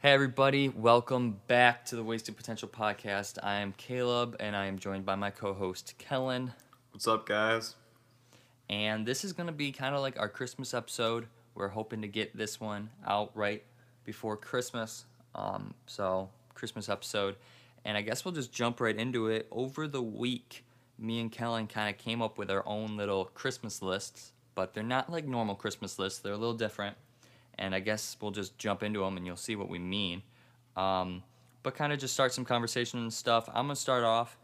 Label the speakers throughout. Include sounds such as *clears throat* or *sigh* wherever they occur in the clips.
Speaker 1: Hey, everybody, welcome back to the Wasted Potential podcast. I am Caleb, and I am joined by my co host, Kellen.
Speaker 2: What's up, guys?
Speaker 1: And this is going to be kind of like our Christmas episode. We're hoping to get this one out right before Christmas. Um, so, Christmas episode. And I guess we'll just jump right into it. Over the week, me and Kellen kind of came up with our own little Christmas lists, but they're not like normal Christmas lists, they're a little different. And I guess we'll just jump into them and you'll see what we mean. Um, but kind of just start some conversation and stuff. I'm going to start off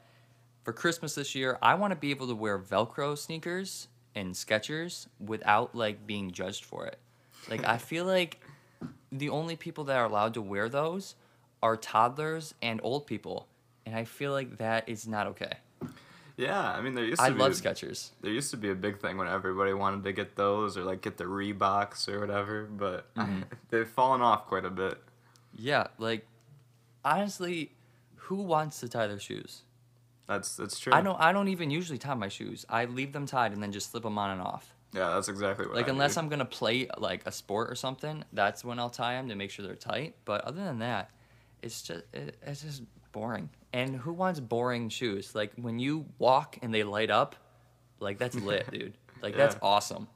Speaker 1: for Christmas this year, I want to be able to wear Velcro sneakers and Skechers without like being judged for it. Like I feel like the only people that are allowed to wear those are toddlers and old people, and I feel like that is not okay.
Speaker 2: Yeah, I mean there used to
Speaker 1: I
Speaker 2: be
Speaker 1: love Skechers.
Speaker 2: there used to be a big thing when everybody wanted to get those or like get the Reeboks or whatever, but *laughs*
Speaker 1: Mm-hmm.
Speaker 2: they've fallen off quite a bit.
Speaker 1: Yeah, like honestly, who wants to tie their shoes?
Speaker 2: That's that's true.
Speaker 1: I don't. I don't even usually tie my shoes. I leave them tied and then just slip them on and off.
Speaker 2: Yeah, that's exactly what.
Speaker 1: Like
Speaker 2: I
Speaker 1: unless
Speaker 2: do.
Speaker 1: I'm gonna play like a sport or something, that's when I'll tie them to make sure they're tight. But other than that, it's just it, it's just boring. And who wants boring shoes? Like when you walk and they light up, like
Speaker 2: *laughs*
Speaker 1: that's lit, dude. Like that's
Speaker 2: Yeah.
Speaker 1: awesome.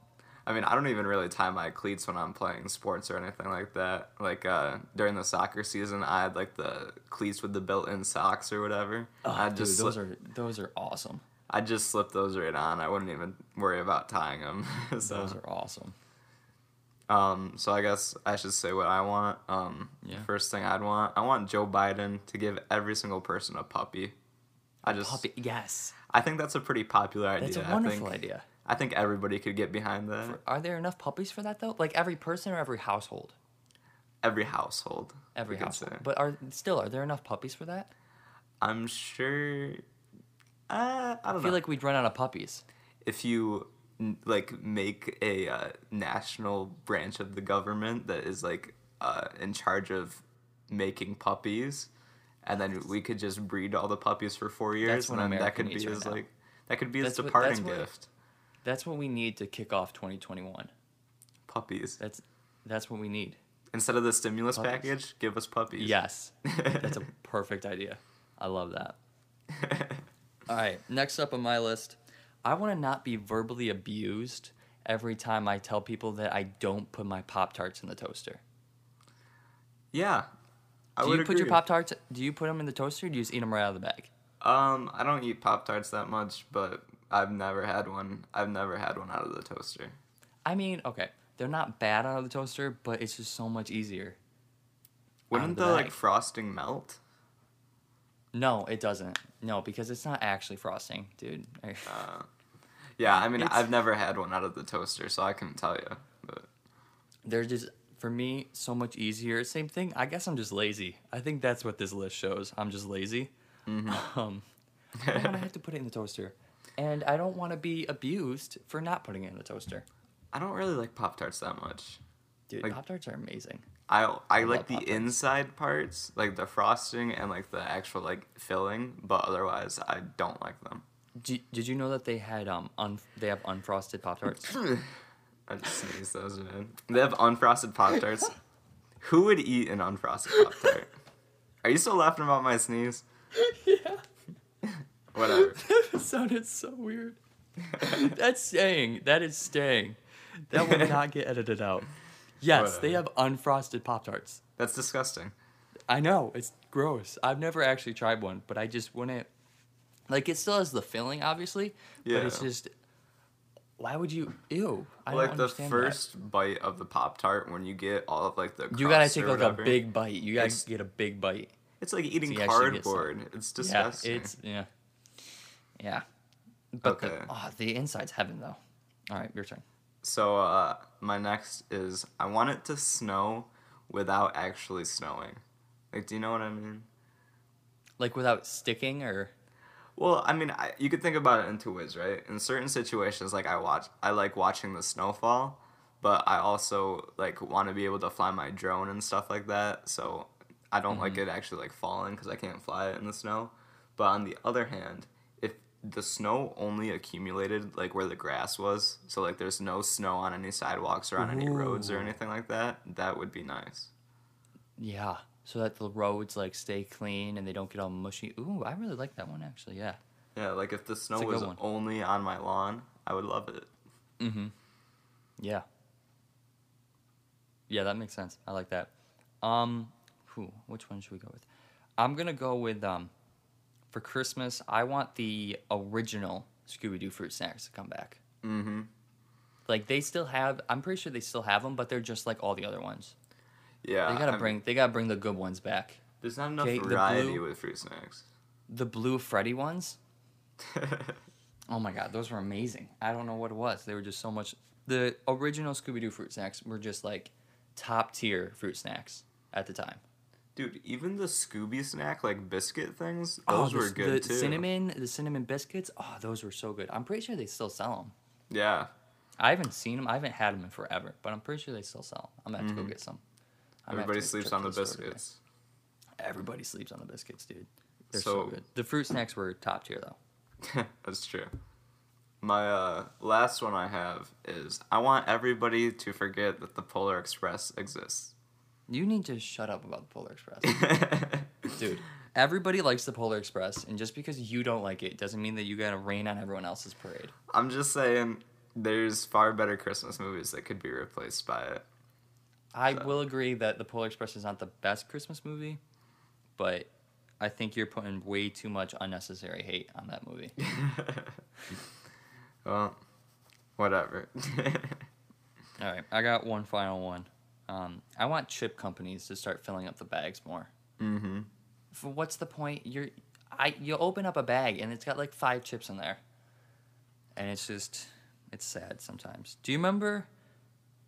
Speaker 2: I mean, I don't even really tie my cleats when I'm playing sports or anything like that. Like uh, during the soccer season, I had like the cleats with the built-in socks or whatever. I
Speaker 1: Ah, dude,
Speaker 2: just
Speaker 1: those
Speaker 2: slip,
Speaker 1: are those are awesome.
Speaker 2: I just slip those right on. I wouldn't even worry about tying them. *laughs* so.
Speaker 1: Those are awesome.
Speaker 2: Um, so I guess I should say what I want. Um,
Speaker 1: Yeah.
Speaker 2: First thing I'd want, I want Joe Biden to give every single person a puppy. I just,
Speaker 1: Puppy, yes,
Speaker 2: I think that's a pretty popular idea.
Speaker 1: that's
Speaker 2: I
Speaker 1: a wonderful
Speaker 2: think,
Speaker 1: idea.
Speaker 2: I think everybody could get behind that.
Speaker 1: Are there enough puppies for that though? Like every person or every household?
Speaker 2: every household.
Speaker 1: Every
Speaker 2: we could
Speaker 1: household.
Speaker 2: say.
Speaker 1: But are still are there enough puppies for that?
Speaker 2: I'm sure. Uh, I don't
Speaker 1: I
Speaker 2: know.
Speaker 1: feel like we'd run out of puppies.
Speaker 2: if you n- like make a uh, national branch of the government that is like uh, in charge of making puppies, and then we could just breed all the puppies for four years,
Speaker 1: what
Speaker 2: and then
Speaker 1: America
Speaker 2: that could be
Speaker 1: needs right
Speaker 2: his
Speaker 1: now.
Speaker 2: like that could be his
Speaker 1: That's what- that's
Speaker 2: departing
Speaker 1: what-
Speaker 2: gift.
Speaker 1: That's what we need to kick off 2021.
Speaker 2: Puppies
Speaker 1: That's that's what we need.
Speaker 2: instead of the stimulus
Speaker 1: Puppies.
Speaker 2: package, give us puppies.
Speaker 1: Yes.
Speaker 2: *laughs*
Speaker 1: That's a perfect idea. I love that. All right, next up on my list, I want to not be verbally abused every time I tell people that I don't put my Pop Tarts in the toaster.
Speaker 2: yeah. I
Speaker 1: Do
Speaker 2: would
Speaker 1: you put your
Speaker 2: agree.
Speaker 1: Pop Tarts do you put them in the toaster or do you just eat them right out of the bag?
Speaker 2: Um, I don't eat pop tarts that much, but I've never had one. I've never had one out of the toaster.
Speaker 1: I mean, okay, they're not bad out of the toaster, but it's just so much easier.
Speaker 2: Wouldn't
Speaker 1: the
Speaker 2: the like
Speaker 1: bag.
Speaker 2: frosting melt?
Speaker 1: No, it doesn't. No, because it's not actually frosting, dude.
Speaker 2: Oh. Yeah, I mean,
Speaker 1: It's-
Speaker 2: I've never had one out of the toaster, so I couldn't tell you. But
Speaker 1: they're just for me so much easier. Same thing. I guess I'm just lazy. I think that's what this list shows. I'm just lazy.
Speaker 2: Mm-hmm.
Speaker 1: *laughs* Um, I don't want to have to put it in the toaster, and I don't want to be abused for not putting it in the toaster.
Speaker 2: I don't really like Pop Tarts that much.
Speaker 1: Dude,
Speaker 2: Like-
Speaker 1: pop tarts are amazing.
Speaker 2: I, I like the
Speaker 1: Pop-Tarts.
Speaker 2: inside parts, like the frosting and like the actual like filling, but otherwise I don't like them.
Speaker 1: *laughs* Did, did you know that they had um un, they have unfrosted pop
Speaker 2: *laughs*
Speaker 1: tarts?
Speaker 2: I just sneeze those man. They have unfrosted Pop
Speaker 1: *laughs*
Speaker 2: Tarts. Who would eat an unfrosted Pop Tart? Are you still laughing about my sneeze?
Speaker 1: yeah,
Speaker 2: Whatever.
Speaker 1: *laughs* that sounded so
Speaker 2: *laughs*
Speaker 1: weird. That's staying. That is staying. That will not get edited
Speaker 2: *laughs*
Speaker 1: out. Yes, they have
Speaker 2: Whatever.
Speaker 1: unfrosted pop tarts.
Speaker 2: That's disgusting.
Speaker 1: I know it's gross. I've never actually tried one, but I just wouldn't. Like it still has the filling, obviously, but it's
Speaker 2: Yeah.
Speaker 1: just why would you? Ew! I
Speaker 2: like
Speaker 1: don't
Speaker 2: the
Speaker 1: understand that.
Speaker 2: first bite of the Pop Tart when you get all of like the
Speaker 1: You gotta
Speaker 2: crust
Speaker 1: take
Speaker 2: or
Speaker 1: like a
Speaker 2: whatever.
Speaker 1: big bite. You gotta
Speaker 2: It's-
Speaker 1: get a big bite.
Speaker 2: It's like eating
Speaker 1: So you actually get some-
Speaker 2: cardboard. It's disgusting.
Speaker 1: Yeah, it's yeah, yeah. But the,
Speaker 2: Okay.
Speaker 1: oh, the inside's heaven though. All right, your turn.
Speaker 2: So uh, my next is I want it to snow without actually snowing. Like, do you know what I mean?
Speaker 1: Like without sticking or
Speaker 2: Well, I mean, I, you could think about it in two ways, right? In certain situations, like I watch, I like watching the snowfall, but I also like want to be able to fly my drone and stuff like that. So I don't like
Speaker 1: Mm-hmm.
Speaker 2: it actually like falling because I can't fly it in the snow. But on the other hand, if the snow only accumulated like where the grass was, so like there's no snow on any sidewalks or on any roads or
Speaker 1: Ooh.
Speaker 2: anything like that, that would be nice.
Speaker 1: yeah, so that the roads like stay clean and they don't get all mushy. Ooh, I really like that one actually. Yeah.
Speaker 2: Yeah, like if the snow
Speaker 1: It's a good
Speaker 2: was
Speaker 1: one.
Speaker 2: only on my lawn, I would love it.
Speaker 1: Mm-hmm. Yeah. Yeah, that makes sense. I like that. Um, who? Which one should we go with? I'm gonna go with um, for Christmas. I want the original Scooby Doo fruit snacks to come back.
Speaker 2: Mm-hmm.
Speaker 1: Like they still have. I'm pretty sure they still have them, but they're just like all the other ones.
Speaker 2: Yeah.
Speaker 1: They
Speaker 2: Uh, I
Speaker 1: gotta
Speaker 2: mean,
Speaker 1: bring. They gotta bring the good ones back.
Speaker 2: There's not enough
Speaker 1: Okay, the
Speaker 2: variety
Speaker 1: blue-
Speaker 2: with fruit snacks. *laughs*
Speaker 1: The blue Freddy ones. Oh my god, those were amazing. I don't know what it was. They were just so much. The original Scooby Doo fruit snacks were just like top tier fruit snacks at the time.
Speaker 2: Dude, even the Scooby snack like biscuit things,
Speaker 1: Oh,
Speaker 2: those
Speaker 1: the-
Speaker 2: were good
Speaker 1: the
Speaker 2: too.
Speaker 1: Cinnamon, the cinnamon biscuits. Oh, those were so good. I'm pretty sure they still sell them.
Speaker 2: Yeah.
Speaker 1: I haven't seen them. I haven't had them in forever, but I'm pretty sure they still sell them. I'm gonna have to go get some. I'm gonna have to
Speaker 2: Mm-hmm. Everybody
Speaker 1: make a
Speaker 2: sleeps
Speaker 1: trip
Speaker 2: on
Speaker 1: to
Speaker 2: the
Speaker 1: store today.
Speaker 2: biscuits.
Speaker 1: Everybody sleeps on the biscuits, dude. They're so,
Speaker 2: So-
Speaker 1: good. The fruit snacks were top tier though.
Speaker 2: *laughs* That's true. My uh, last one I have is I want everybody to forget that the Polar Express exists. *laughs*
Speaker 1: You need to shut up about the Polar Express.
Speaker 2: Dude.
Speaker 1: Dude, everybody likes the Polar Express, and just because you don't like it doesn't mean that you gotta rain on everyone else's parade.
Speaker 2: I'm just saying there's far better Christmas movies that could be replaced by it.
Speaker 1: I will agree that the Polar Express is not the best Christmas movie, but I think you're putting way too much unnecessary hate on that movie.
Speaker 2: Well, whatever. *laughs*
Speaker 1: All right, I got one final one. Um, I want chip companies to start filling up the bags more.
Speaker 2: mm-hmm.
Speaker 1: For what's the point? You're, I you open up a bag and it's got like five chips in there, and it's just, it's sad sometimes. Do you remember?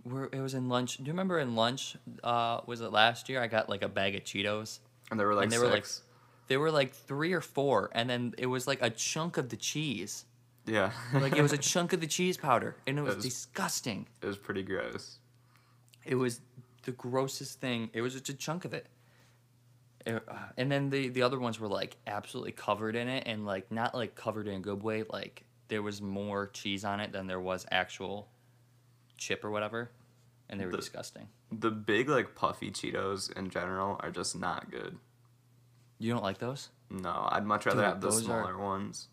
Speaker 1: Where it was in lunch. Do you remember in lunch? Uh, was it last year? I got like a bag of Cheetos.
Speaker 2: And there were like
Speaker 1: and they were like,
Speaker 2: six.
Speaker 1: they were like three or four, and then it was like a chunk of the cheese.
Speaker 2: yeah.
Speaker 1: Like it was a *laughs* chunk of the cheese powder, and it was
Speaker 2: That is-
Speaker 1: disgusting.
Speaker 2: *laughs* it was pretty gross.
Speaker 1: It was the grossest thing. It was just a chunk of it. It- uh, and then the the other ones were like absolutely covered in it, and like not like covered in a good way. Like there was more cheese on it than there was actual chip or whatever, and they were
Speaker 2: The-
Speaker 1: disgusting.
Speaker 2: The big like puffy Cheetos in general are just not good.
Speaker 1: You don't like those?
Speaker 2: No, I'd much rather
Speaker 1: Dude,
Speaker 2: have the
Speaker 1: those are-
Speaker 2: smaller ones.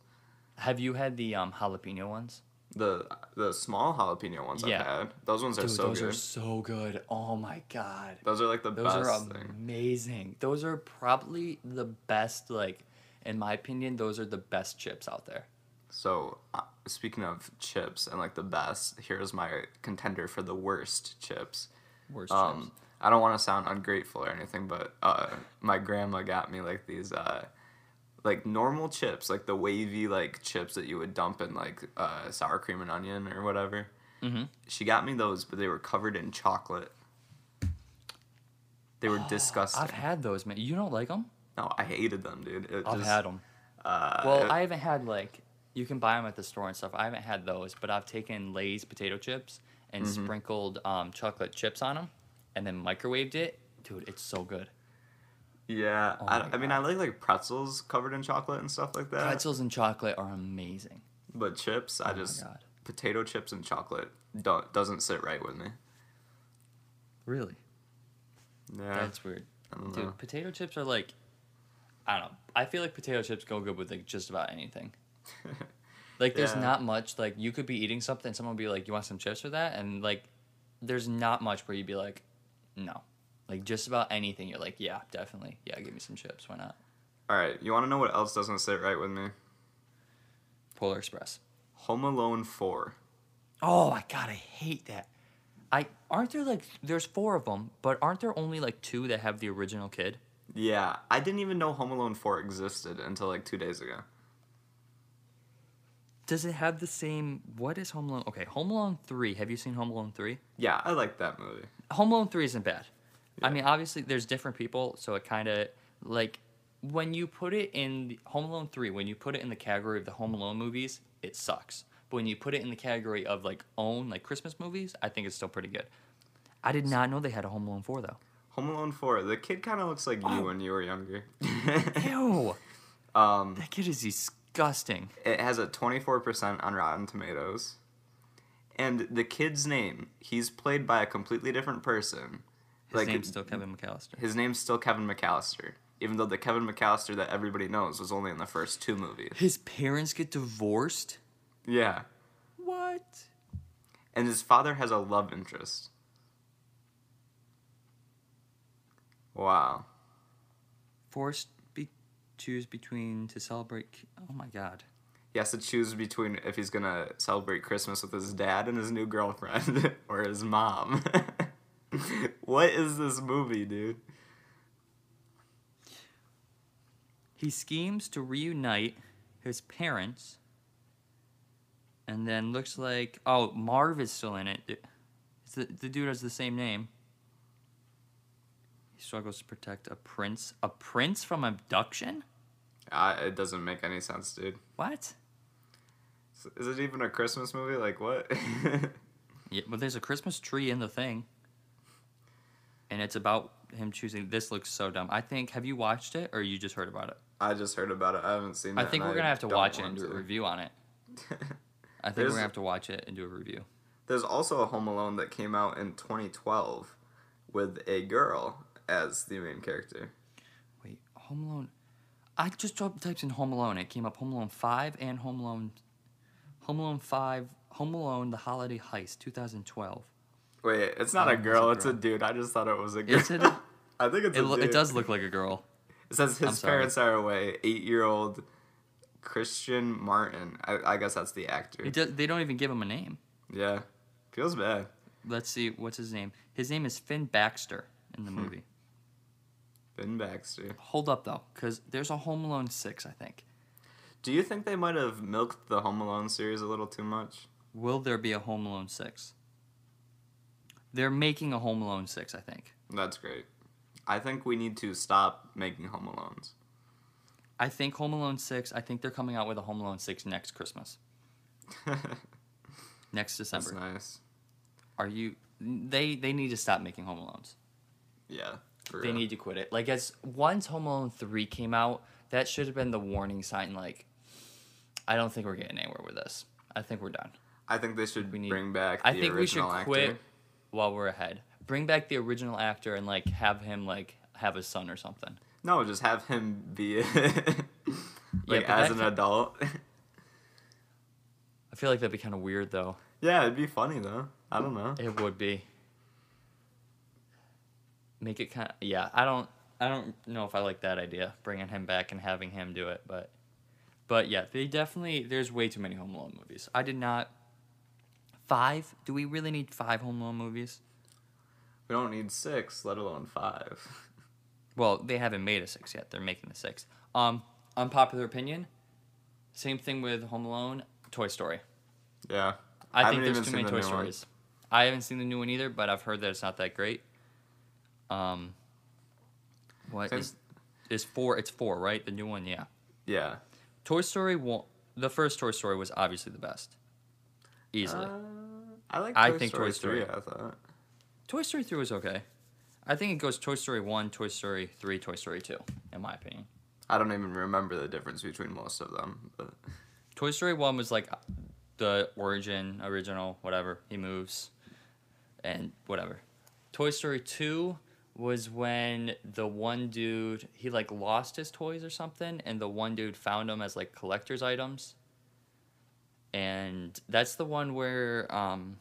Speaker 1: Have you had the um, jalapeno ones?
Speaker 2: The the small jalapeno ones
Speaker 1: Yeah.
Speaker 2: I've had. Those ones are
Speaker 1: Dude,
Speaker 2: so
Speaker 1: those
Speaker 2: good.
Speaker 1: are so good. Oh my god.
Speaker 2: Those are like the
Speaker 1: Those
Speaker 2: best
Speaker 1: are um,
Speaker 2: thing.
Speaker 1: amazing. Those are probably the best, like, in my opinion, those are the best chips out there.
Speaker 2: So, uh, speaking of chips and like the best, here's my contender for the worst chips.
Speaker 1: Worst
Speaker 2: Um, I don't want to sound ungrateful or anything, but uh, my grandma got me like these uh, like normal chips, like the wavy like chips that you would dump in like uh, sour cream and onion or whatever.
Speaker 1: Mhm.
Speaker 2: She got me those, but they were covered in chocolate. They were
Speaker 1: chips.
Speaker 2: disgusting.
Speaker 1: Oh, I've had those, man. You don't like them?
Speaker 2: no, I hated them, dude. It
Speaker 1: I've
Speaker 2: just,
Speaker 1: had them.
Speaker 2: Uh,
Speaker 1: Well,
Speaker 2: it-
Speaker 1: I haven't had, like, you can buy them at the store and stuff. I haven't had those, but I've taken Lay's potato chips and sprinkled um, chocolate chips on them and then microwaved it. Dude, it's so good.
Speaker 2: yeah.
Speaker 1: Oh
Speaker 2: I,
Speaker 1: my
Speaker 2: I mean, I like like pretzels covered in chocolate and stuff like that.
Speaker 1: Pretzels and chocolate are amazing.
Speaker 2: But chips, I
Speaker 1: Oh my
Speaker 2: just
Speaker 1: God.
Speaker 2: potato chips and chocolate don't doesn't sit right with me.
Speaker 1: Really?
Speaker 2: Yeah,
Speaker 1: That's weird.
Speaker 2: I don't know.
Speaker 1: Dude, potato chips are like, I don't know. I feel like potato chips go good with like just about
Speaker 2: *laughs*
Speaker 1: anything. like, there's
Speaker 2: Yeah.
Speaker 1: not much. Like, you could be eating something, someone would be like, "You want some chips for that?" And like, there's not much where you'd be like, "No." Like just about anything, you're like, "Yeah, definitely. Yeah, give me some chips. Why not?"
Speaker 2: All right, you want to know what else doesn't sit right with me?
Speaker 1: Polar Express.
Speaker 2: Home Alone Four.
Speaker 1: Oh my god, I hate that. I aren't there like there's four of them, but aren't there only like two that have the original kid?
Speaker 2: Yeah, I didn't even know Home Alone Four existed until like two days ago.
Speaker 1: Does it have the same? What is Home Alone? Okay, Home Alone three. Have you seen Home Alone three?
Speaker 2: Yeah, I like that movie.
Speaker 1: Home Alone 3 isn't bad. I mean, obviously, there's different people, so it kind of like when you put it in the, Home Alone 3, when you put it in the category of the Home Alone movies, it sucks. But when you put it in the category of like own, like Christmas movies, I think it's still pretty good. I did not know they had a Home Alone 4 though.
Speaker 2: Home Alone Four. The kid kind of looks like
Speaker 1: Oh.
Speaker 2: you when you were younger. *laughs*
Speaker 1: *laughs* Ew!
Speaker 2: um,
Speaker 1: That kid is disgusting.
Speaker 2: it has a twenty four percent on Rotten Tomatoes, and the kid's name. He's played by a completely different person.
Speaker 1: His
Speaker 2: Like,
Speaker 1: name's still Kevin McAllister.
Speaker 2: His name's still Kevin McAllister, even though the Kevin McAllister that everybody knows was only in the first two movies.
Speaker 1: His parents get divorced.
Speaker 2: Yeah.
Speaker 1: What?
Speaker 2: And his father has a love interest. Wow.
Speaker 1: Forced be- choose between to celebrate. c- Oh my god.
Speaker 2: He has to choose between if he's gonna celebrate Christmas with his dad and his new girlfriend *laughs* or his mom. *laughs* what is this movie, dude?
Speaker 1: He schemes to reunite his parents, and then looks like oh Marv is still in it. It's the, the dude has the same name. He struggles to protect a prince, a prince from abduction.
Speaker 2: Uh, it doesn't make any sense, dude.
Speaker 1: What?
Speaker 2: Is- Is it even a Christmas movie? Like, what? *laughs*
Speaker 1: Yeah, but there's a Christmas tree in the thing, and it's about him choosing. This looks so dumb. I think. Have you watched it, or you just heard about it?
Speaker 2: I just heard about it. I haven't seen it.
Speaker 1: I think
Speaker 2: and
Speaker 1: we're gonna have to
Speaker 2: don't
Speaker 1: watch it and
Speaker 2: want
Speaker 1: do a
Speaker 2: to.
Speaker 1: review on it. I think
Speaker 2: There's-
Speaker 1: we're gonna have to watch it and do a review.
Speaker 2: There's also a Home Alone that came out in 2012 with a girl as the main character.
Speaker 1: Wait, Home Alone. I just dropped types in Home Alone. It came up Home Alone Five and Home Alone, Home Alone Five, Home Alone: The Holiday Heist, 2012.
Speaker 2: Wait, it's not
Speaker 1: Oh,
Speaker 2: a
Speaker 1: it's a
Speaker 2: girl, it's a
Speaker 1: girl.
Speaker 2: dude. I just thought it was a girl.
Speaker 1: Is it? a-
Speaker 2: *laughs* I think it's
Speaker 1: It,
Speaker 2: a
Speaker 1: lo-
Speaker 2: dude.
Speaker 1: it does look like a girl.
Speaker 2: It says
Speaker 1: I'm
Speaker 2: his
Speaker 1: sorry.
Speaker 2: parents are away. Eight year old Christian Martin. I, I guess that's the actor.
Speaker 1: It does, they don't even give him a name.
Speaker 2: yeah. Feels bad.
Speaker 1: Let's see, what's his name? His name is Finn Baxter in the movie.
Speaker 2: Ben Baxter.
Speaker 1: Hold up though, because there's a Home Alone six, I think.
Speaker 2: Do you think they might have milked the Home Alone series a little too much?
Speaker 1: Will there be a Home Alone six? They're making a Home Alone six, I think.
Speaker 2: That's great. I think we need to stop making Home Alones. *laughs*
Speaker 1: I think Home Alone six. I think they're coming out with a Home Alone six next Christmas, next December.
Speaker 2: that's nice.
Speaker 1: Are you? They they need to stop making Home Alones.
Speaker 2: Yeah. for
Speaker 1: They
Speaker 2: real.
Speaker 1: need to quit it. Like as once Home Alone three came out, that should have been the warning sign. Like, I don't think we're getting anywhere with this. I think we're done.
Speaker 2: I think they should
Speaker 1: We need-
Speaker 2: bring back. The
Speaker 1: I think we should
Speaker 2: original actor.
Speaker 1: quit while we're ahead. Bring back the original actor and like have him like have a son or something.
Speaker 2: No, just have him be *laughs* like
Speaker 1: but
Speaker 2: as
Speaker 1: that
Speaker 2: an
Speaker 1: ca-
Speaker 2: adult. *laughs*
Speaker 1: I feel like that'd be kind of weird though.
Speaker 2: yeah, it'd be funny though. I don't know.
Speaker 1: It would be. Make it kind of yeah. I don't I don't know if I like that idea bringing him back and having him do it, but but yeah, they definitely there's way too many Home Alone movies. I did not. Five? Do we really need five Home Alone movies?
Speaker 2: We don't need six, let alone five.
Speaker 1: Well, they haven't made a six yet. They're making the six. Um, unpopular opinion. Same thing with Home Alone, Toy Story.
Speaker 2: Yeah.
Speaker 1: I,
Speaker 2: haven't
Speaker 1: think there's
Speaker 2: even
Speaker 1: too many
Speaker 2: seen the
Speaker 1: Toy
Speaker 2: new one.
Speaker 1: Stories. I haven't seen the new one either, but I've heard that it's not that great. Um, what
Speaker 2: Same-
Speaker 1: is is four? It's four, right? The new one, yeah.
Speaker 2: Yeah.
Speaker 1: Toy Story one. The first Toy Story was obviously the best, easily.
Speaker 2: Uh, I like. Toy
Speaker 1: I think Toy
Speaker 2: Story
Speaker 1: Story.
Speaker 2: three. I thought.
Speaker 1: Toy Story three was okay. I think it goes Toy Story one, Toy Story three, Toy Story two, in my opinion.
Speaker 2: I don't even remember the difference between most of them. But
Speaker 1: Toy Story one was like uh, the origin, original, whatever. He moves, and whatever. Toy Story two was when the one dude he like lost his toys or something, and the one dude found them as like collector's items. And that's the one where um,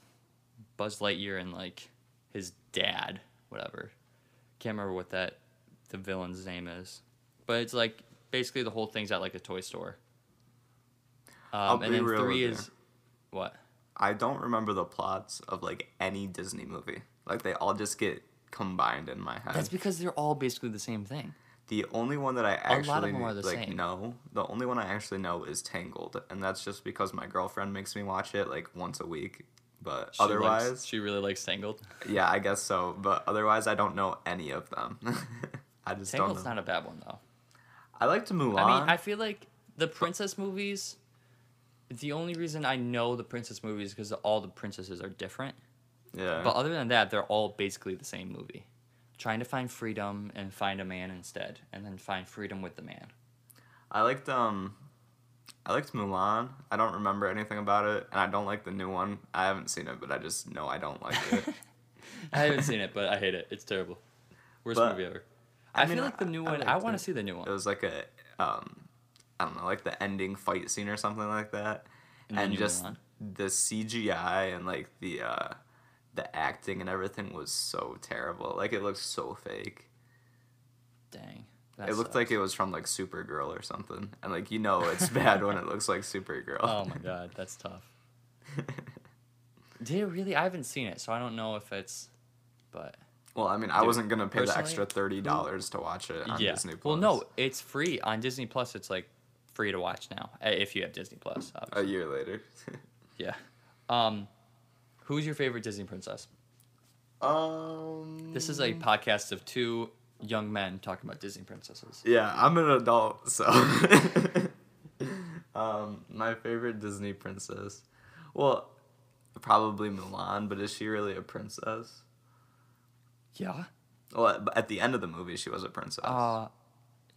Speaker 1: Buzz Lightyear and like his dad, whatever. Can't remember what that the villain's name is, but it's like basically the whole thing's at like a toy store.
Speaker 2: I'll
Speaker 1: Um, and
Speaker 2: be
Speaker 1: then
Speaker 2: real
Speaker 1: three
Speaker 2: with you.
Speaker 1: is what?
Speaker 2: I don't remember the plots of like any Disney movie. Like they all just get combined in my head.
Speaker 1: That's because they're all basically the same thing.
Speaker 2: The only one that I
Speaker 1: lot of
Speaker 2: actually
Speaker 1: them are the
Speaker 2: like
Speaker 1: same.
Speaker 2: know, the only one I actually know is Tangled, and that's just because my girlfriend makes me watch it like once a week. But
Speaker 1: She likes-
Speaker 2: otherwise,
Speaker 1: she really likes Tangled.
Speaker 2: yeah, I guess so. But otherwise, I don't know any of them. *laughs* I just
Speaker 1: Tangled's
Speaker 2: don't know.
Speaker 1: not a bad one though.
Speaker 2: I like to Mulan.
Speaker 1: I mean, I feel like the princess movies. The only reason I know the princess movies is because all the princesses are different.
Speaker 2: yeah,
Speaker 1: But other than that, they're all basically the same movie. Trying to find freedom and find a man instead, and then find freedom with the man.
Speaker 2: I liked um, I liked Mulan. I
Speaker 1: *laughs*
Speaker 2: don't remember anything about it, and I don't like the new one. I haven't seen it, but I just know I don't like it.
Speaker 1: I haven't seen it, but I hate it. It's terrible. Worst
Speaker 2: But-
Speaker 1: movie ever.
Speaker 2: I
Speaker 1: I,
Speaker 2: mean,
Speaker 1: feel like the
Speaker 2: I-
Speaker 1: new
Speaker 2: I
Speaker 1: one. I
Speaker 2: liked
Speaker 1: want
Speaker 2: it.
Speaker 1: to see the new one.
Speaker 2: It was like a, um, I don't know, like the ending fight scene or something like that,
Speaker 1: And
Speaker 2: and,
Speaker 1: then you move
Speaker 2: just
Speaker 1: on.
Speaker 2: the CGI and like the uh, the acting and everything was so terrible. Like it looked so fake.
Speaker 1: Dang. That
Speaker 2: it looked
Speaker 1: sucks.
Speaker 2: like it was from like Supergirl or something, and like you know it's bad when it looks like Supergirl.
Speaker 1: Oh
Speaker 2: *laughs*
Speaker 1: my god, that's tough. Did it really? I haven't seen it, so I don't know if it's. But
Speaker 2: well, I mean, I
Speaker 1: Dude,
Speaker 2: wasn't gonna pay the
Speaker 1: personally,
Speaker 2: extra thirty dollars to watch it on
Speaker 1: yeah.
Speaker 2: Disney Plus.
Speaker 1: Well, no, it's free on Disney Plus. It's like free to watch now uh, if you have Disney Plus.
Speaker 2: a
Speaker 1: Obviously.
Speaker 2: year later. *laughs*
Speaker 1: yeah. Um, who's your favorite Disney princess?
Speaker 2: um.
Speaker 1: This is a podcast of two young men talking about Disney princesses.
Speaker 2: Yeah, I'm an adult, so. *laughs* um, my favorite Disney princess. Well, probably Milan, but is she really a princess?
Speaker 1: Yeah.
Speaker 2: Well, at- at the end of the movie, she was a princess.
Speaker 1: Uh,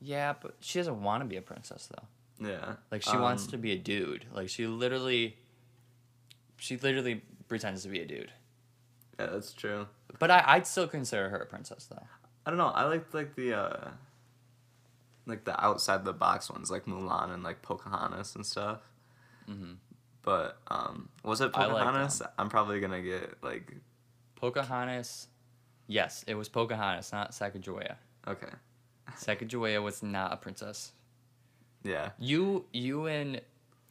Speaker 1: yeah, but she doesn't want to be a princess though.
Speaker 2: yeah. Um,
Speaker 1: Like she wants to be a dude. Like she literally, she literally pretends to be a dude.
Speaker 2: Yeah, that's true.
Speaker 1: But I, I'd still consider her a princess though.
Speaker 2: I don't know. I liked like the uh, like the outside the box ones, like Mulan and like Pocahontas and stuff. But um, was it
Speaker 1: Mm-hmm. I like
Speaker 2: Pocahontas? I'm probably gonna get like
Speaker 1: Pocahontas. Yes, it was Pocahontas, not Sacagawea.
Speaker 2: okay,
Speaker 1: Sacagawea was not a princess.
Speaker 2: yeah.
Speaker 1: You, you and,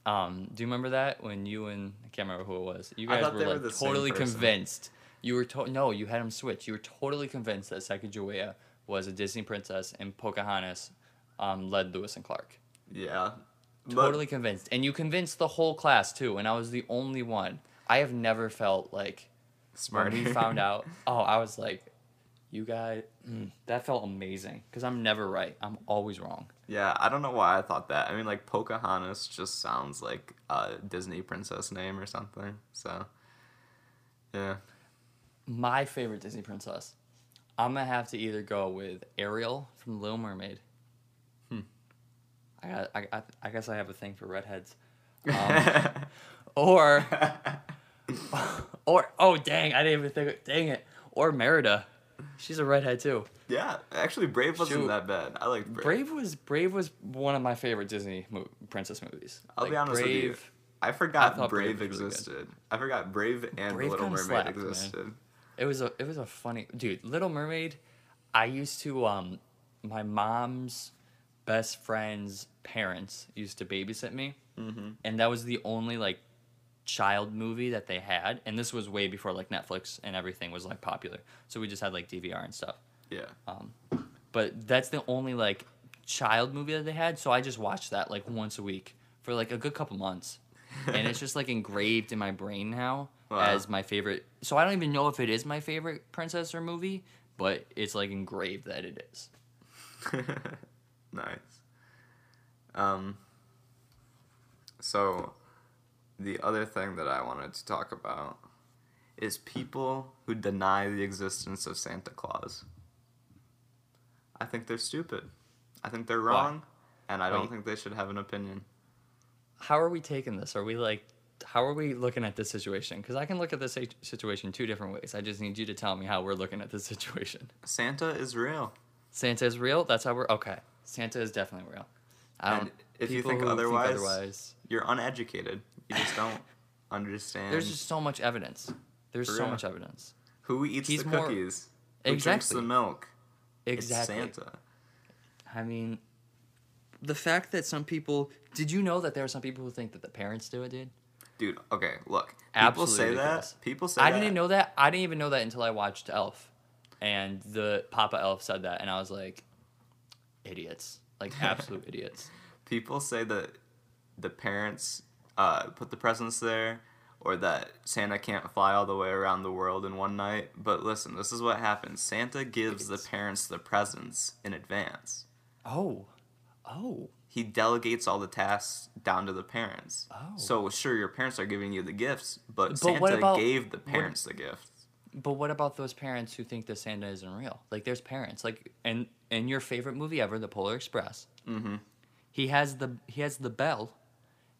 Speaker 1: um, do you remember that when you and I can't remember who it was. You
Speaker 2: I
Speaker 1: guys
Speaker 2: thought
Speaker 1: were
Speaker 2: they were
Speaker 1: like
Speaker 2: the same
Speaker 1: totally
Speaker 2: person.
Speaker 1: convinced. You were to- no, you had them switch. You were totally convinced that Sacagawea was a Disney princess and Pocahontas, um, led Lewis and Clark.
Speaker 2: Yeah. But-
Speaker 1: Totally convinced, and you convinced the whole class too. And I was the only one. I have never felt like
Speaker 2: Smart.
Speaker 1: when we found
Speaker 2: *laughs*
Speaker 1: out, oh, I was like, you guys, mm, that felt amazing because I'm never right. I'm always wrong.
Speaker 2: Yeah, I don't know why I thought that. I mean, like Pocahontas just sounds like a Disney princess name or something. So, yeah,
Speaker 1: My favorite Disney princess. I'm gonna have to either go with Ariel from Little Mermaid. Hmm. I got. I, I, I guess I have a thing for
Speaker 2: *laughs*
Speaker 1: redheads. Um, or, *laughs* or oh dang! I didn't even think. Dang it! Or Merida. She's a redhead too.
Speaker 2: yeah. Actually, Brave wasn't
Speaker 1: Shoot.
Speaker 2: that bad. I liked Brave.
Speaker 1: Brave was Brave was one of my favorite Disney mo- princess movies.
Speaker 2: I'll be
Speaker 1: Like,
Speaker 2: honest with you.
Speaker 1: Brave-
Speaker 2: I forgot
Speaker 1: thought Brave
Speaker 2: Brave,
Speaker 1: was really good.
Speaker 2: existed. I forgot Brave and
Speaker 1: Brave
Speaker 2: Little
Speaker 1: kinda
Speaker 2: Mermaid
Speaker 1: slapped, man.
Speaker 2: existed.
Speaker 1: It was a it was a funny dude. Little Mermaid. I used to um, my mom's best friend's parents used to babysit me, and that was the only like child movie that they had. And this was way before like Netflix and everything was like popular. So we just had like DVR and stuff.
Speaker 2: Yeah.
Speaker 1: But that's the only like child movie that they had. So I just watched that like once a week for like a good couple months. and it's just like engraved in my brain now
Speaker 2: Wow.
Speaker 1: as my favorite. So I don't even know if it is my favorite princess or movie, but it's like engraved that it is.
Speaker 2: *laughs* nice. Um, so, the other thing that I wanted to talk about is people who deny the existence of Santa Claus. I think they're stupid. I think they're wrong, and I don't
Speaker 1: Wait.
Speaker 2: think they should have an opinion.
Speaker 1: How are we taking this? Are we like, how are we looking at this situation? Because I can look at this si- situation two different ways. I just need you to tell me how we're looking at this *laughs* situation.
Speaker 2: Santa is real.
Speaker 1: Santa is real. That's how we're okay. Santa is definitely real. I
Speaker 2: And
Speaker 1: don't.
Speaker 2: if you
Speaker 1: people
Speaker 2: think
Speaker 1: who
Speaker 2: otherwise-
Speaker 1: otherwise,
Speaker 2: You're uneducated. You
Speaker 1: *laughs*
Speaker 2: just don't understand
Speaker 1: there's just so much evidence. There's
Speaker 2: Um, For
Speaker 1: so
Speaker 2: real.
Speaker 1: much evidence.
Speaker 2: who eats the
Speaker 1: he's more-
Speaker 2: cookies, who drinks
Speaker 1: Exactly.
Speaker 2: the milk.
Speaker 1: Exactly.
Speaker 2: It's Santa.
Speaker 1: I mean, the fact that some people did you know that there are some people who think that the parents do it, dude?
Speaker 2: Dude, okay, look. People
Speaker 1: Absolutely
Speaker 2: say
Speaker 1: ridiculous.
Speaker 2: that. People say
Speaker 1: I
Speaker 2: that.
Speaker 1: didn't know that. I didn't even know that until I watched Elf, and the Papa Elf said that, and I was like, idiots,
Speaker 2: *laughs*
Speaker 1: like absolute idiots.
Speaker 2: people say that the parents uh, put the presents there or that Santa can't fly all the way around the world in one night. But listen, this is what happens Santa gives the parents the presents in advance,
Speaker 1: Oh, oh,
Speaker 2: he delegates all the tasks down to the parents.
Speaker 1: Oh.
Speaker 2: So, sure, your parents are giving you the gifts, but,
Speaker 1: But what
Speaker 2: Santa
Speaker 1: about-
Speaker 2: gave the parents the gifts.
Speaker 1: but what about those parents who think that Santa isn't real? Like, there's parents like, and in your favorite movie ever, The Polar Express. Mm-hmm. He has the he has the bell,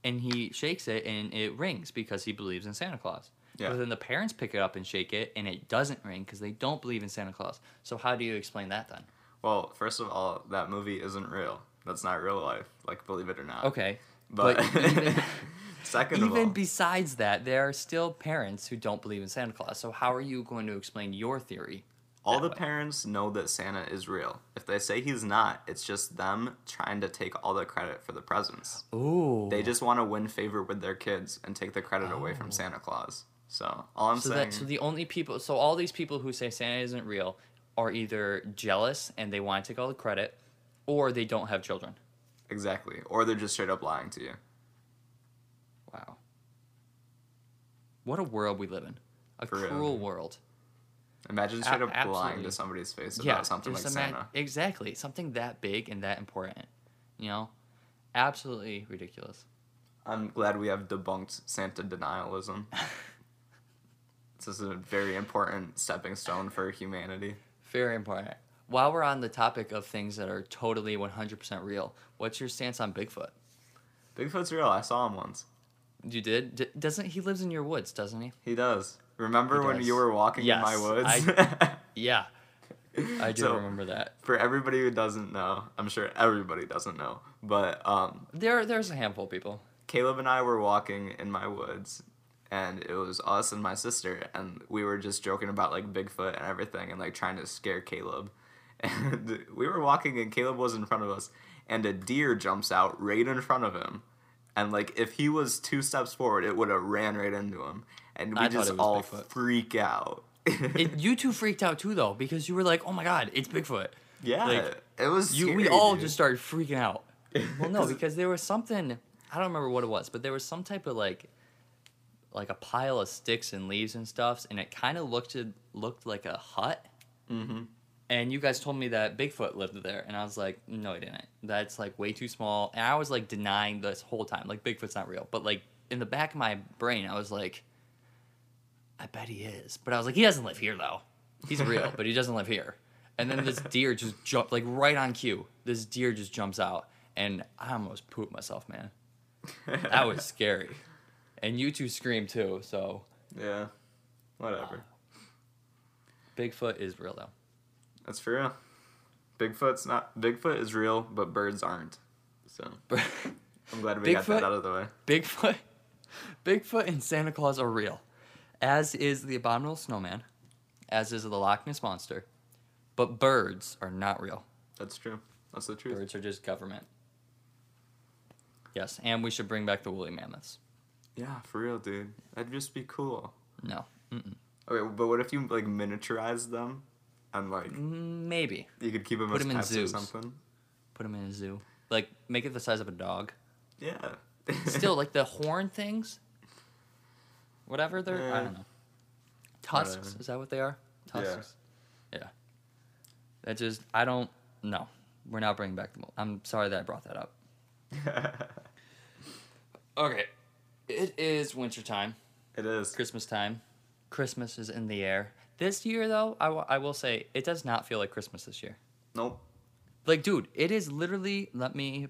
Speaker 1: and he shakes it and it rings because he believes in Santa Claus.
Speaker 2: Yeah.
Speaker 1: But then the parents pick it up and shake it, and it doesn't ring because they don't believe in Santa Claus. So how do you explain that then?
Speaker 2: Well, first of all, that movie isn't real. That's not real life. Like, believe it or not.
Speaker 1: Okay.
Speaker 2: But, *laughs*
Speaker 1: even-
Speaker 2: second of all,
Speaker 1: e-, Even besides that, there are still parents who don't believe in Santa Claus. So how are you going to explain your theory?
Speaker 2: all
Speaker 1: that
Speaker 2: the
Speaker 1: way?
Speaker 2: parents know that Santa is real. If they say he's not, it's just them trying to take all the credit for the presents.
Speaker 1: Ooh. Oh.
Speaker 2: They just want to win favor with their kids and take the credit away from Santa Claus. So all I'm
Speaker 1: so
Speaker 2: saying,
Speaker 1: that so the only people so all these people who say Santa isn't real are either jealous and they want to take all the credit, or they don't have children.
Speaker 2: exactly, or they're just straight up lying to you.
Speaker 1: Wow. What a world we live in. A
Speaker 2: For real.
Speaker 1: cruel world.
Speaker 2: Imagine straight
Speaker 1: A-
Speaker 2: up lying
Speaker 1: absolutely.
Speaker 2: to somebody's face about
Speaker 1: yeah,
Speaker 2: something like
Speaker 1: just ima-
Speaker 2: Santa.
Speaker 1: Exactly. Something that big and that important. You know? Absolutely ridiculous.
Speaker 2: I'm glad we have debunked
Speaker 1: *laughs*
Speaker 2: Santa denialism. this is a very important stepping stone for humanity.
Speaker 1: Very important. While we're on the topic of things that are totally 100% real, what's your stance on Bigfoot?
Speaker 2: Bigfoot's real. I saw him once.
Speaker 1: You did? D- doesn't he lives in your woods, doesn't he?
Speaker 2: He does. Remember
Speaker 1: He
Speaker 2: when
Speaker 1: does.
Speaker 2: you were walking in my
Speaker 1: Yes,
Speaker 2: woods?
Speaker 1: Yeah. I do
Speaker 2: So-
Speaker 1: remember that.
Speaker 2: *laughs* for everybody who doesn't know, I'm sure everybody doesn't know, but um,
Speaker 1: There there's a handful of people.
Speaker 2: Caleb and I were walking in my woods, and it was us and my sister, and we were just joking about like Bigfoot and everything, and like trying to scare Caleb. *laughs* And we were walking, and Caleb was in front of us, and a deer jumps out right in front of him, and like if he was two steps forward, it would have ran right into him, and we
Speaker 1: I thought
Speaker 2: just
Speaker 1: it was
Speaker 2: all
Speaker 1: Bigfoot.
Speaker 2: freak out.
Speaker 1: It, you two freaked out too though because you were like, "Oh my god, it's Bigfoot."
Speaker 2: yeah,
Speaker 1: like,
Speaker 2: it was.
Speaker 1: You we
Speaker 2: scary,
Speaker 1: all
Speaker 2: dude. *laughs*
Speaker 1: just started freaking out. *laughs* Well, no, because there was something I don't remember what it was, but there was some type of like like a pile of sticks and leaves and stuffs, and it kind of looked looked like a hut.
Speaker 2: Mhm.
Speaker 1: And you guys told me that Bigfoot lived there, and I was like, no, he didn't. That's like way too small. And I was like denying this whole time, like Bigfoot's not real. But like in the back of my brain, I was like, I bet he is. But I was like, he doesn't live here though. He's real, but he doesn't live here. And then this deer just jumped, like right on cue. This deer just jumps out, and I almost pooped myself, man. That was scary. And you two screamed too, so
Speaker 2: *laughs* yeah, whatever.
Speaker 1: Uh, Bigfoot is real though.
Speaker 2: That's for real. Bigfoot's not Bigfoot is real, but birds aren't. So I'm glad we got
Speaker 1: Bigfoot-
Speaker 2: that out of the way.
Speaker 1: *laughs* Bigfoot, Bigfoot and Santa Claus are real, as is the abominable snowman, as is the Loch Ness monster, but birds are not real.
Speaker 2: That's true. That's the truth.
Speaker 1: Birds are just government. Yes, and we should bring back the woolly mammoths.
Speaker 2: Yeah, for real, dude. That'd just be cool.
Speaker 1: No, Mm-mm.
Speaker 2: Okay, but what if you like miniaturize them, and like
Speaker 1: maybe
Speaker 2: you could keep them
Speaker 1: Put
Speaker 2: as
Speaker 1: 'em in
Speaker 2: pets or
Speaker 1: zoos.
Speaker 2: something?
Speaker 1: put them in a zoo, like make it the size of a dog.
Speaker 2: Yeah. *laughs*
Speaker 1: Still, like the horn things, whatever they're. I
Speaker 2: Eh.
Speaker 1: don't know. Tusks
Speaker 2: Whatever.
Speaker 1: is that what they are?
Speaker 2: Yeah.
Speaker 1: Tusks. Yeah. That just I don't no. We're not bringing back the. mo- I'm sorry that I brought that up. Okay. It is wintertime,
Speaker 2: it is.
Speaker 1: Christmas time. Christmas is in the air. This year, though, I wa- I will say it does not feel like Christmas this year.
Speaker 2: Nope.
Speaker 1: Like, dude, it is literally, let me,